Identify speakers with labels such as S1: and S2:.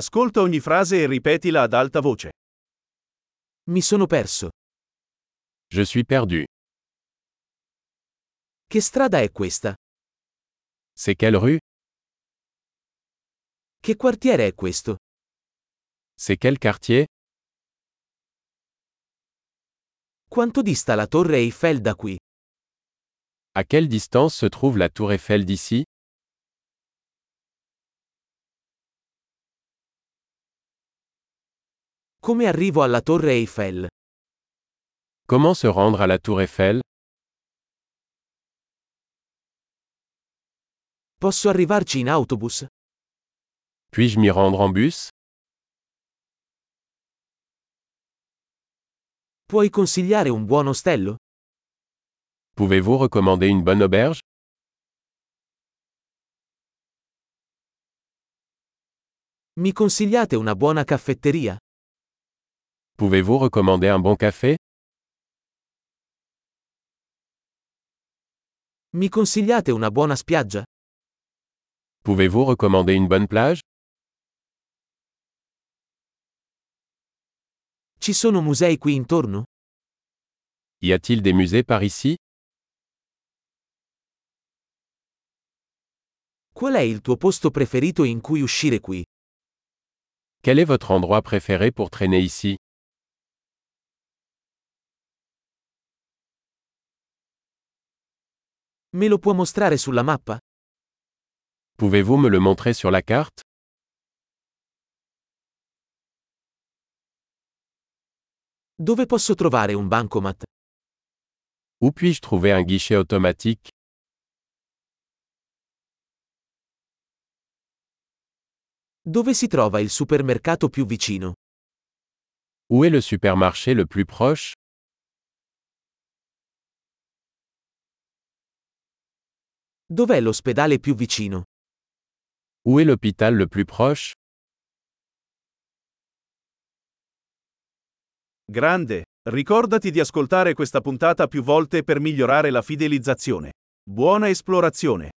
S1: Ascolta ogni frase e ripetila ad alta voce.
S2: Mi sono perso.
S3: Je suis perdu.
S2: Che strada è questa?
S3: C'est quelle rue
S2: Che quartiere è questo?
S3: C'est quel quartier
S2: Quanto dista la torre Eiffel da qui?
S3: À quelle distance se trouve la tour Eiffel d'ici
S2: Come arrivo alla torre Eiffel?
S3: Comment se rendre à la tour Eiffel
S2: Posso arrivarci in autobus?
S3: Puis-je m'y rendre en bus
S2: Puoi consigliare un buon ostello?
S3: Pouvez-vous recommander une bonne auberge
S2: Mi consigliate una buona caffetteria?
S3: Pouvez-vous recommander un bon café
S2: Mi consigliate una buona spiaggia?
S3: Pouvez-vous recommander une bonne plage
S2: Ci sono musei qui intorno?
S3: Y a-t-il des musées par ici
S2: Qual è il tuo posto preferito in cui uscire qui?
S3: Quel est votre endroit préféré pour traîner ici
S2: Me lo può mostrare sulla mappa?
S3: Pouvez-vous me le montrer sur la carte
S2: Dove posso trovare un bancomat?
S3: Où puis-je trouver un guichet automatique
S2: Dove si trova il supermercato più vicino?
S3: Où est le supermarché le plus proche
S2: Dov'è l'ospedale più vicino?
S3: Où est l'hôpital le plus proche
S1: Grande, ricordati di ascoltare questa puntata più volte per migliorare la fidelizzazione. Buona esplorazione!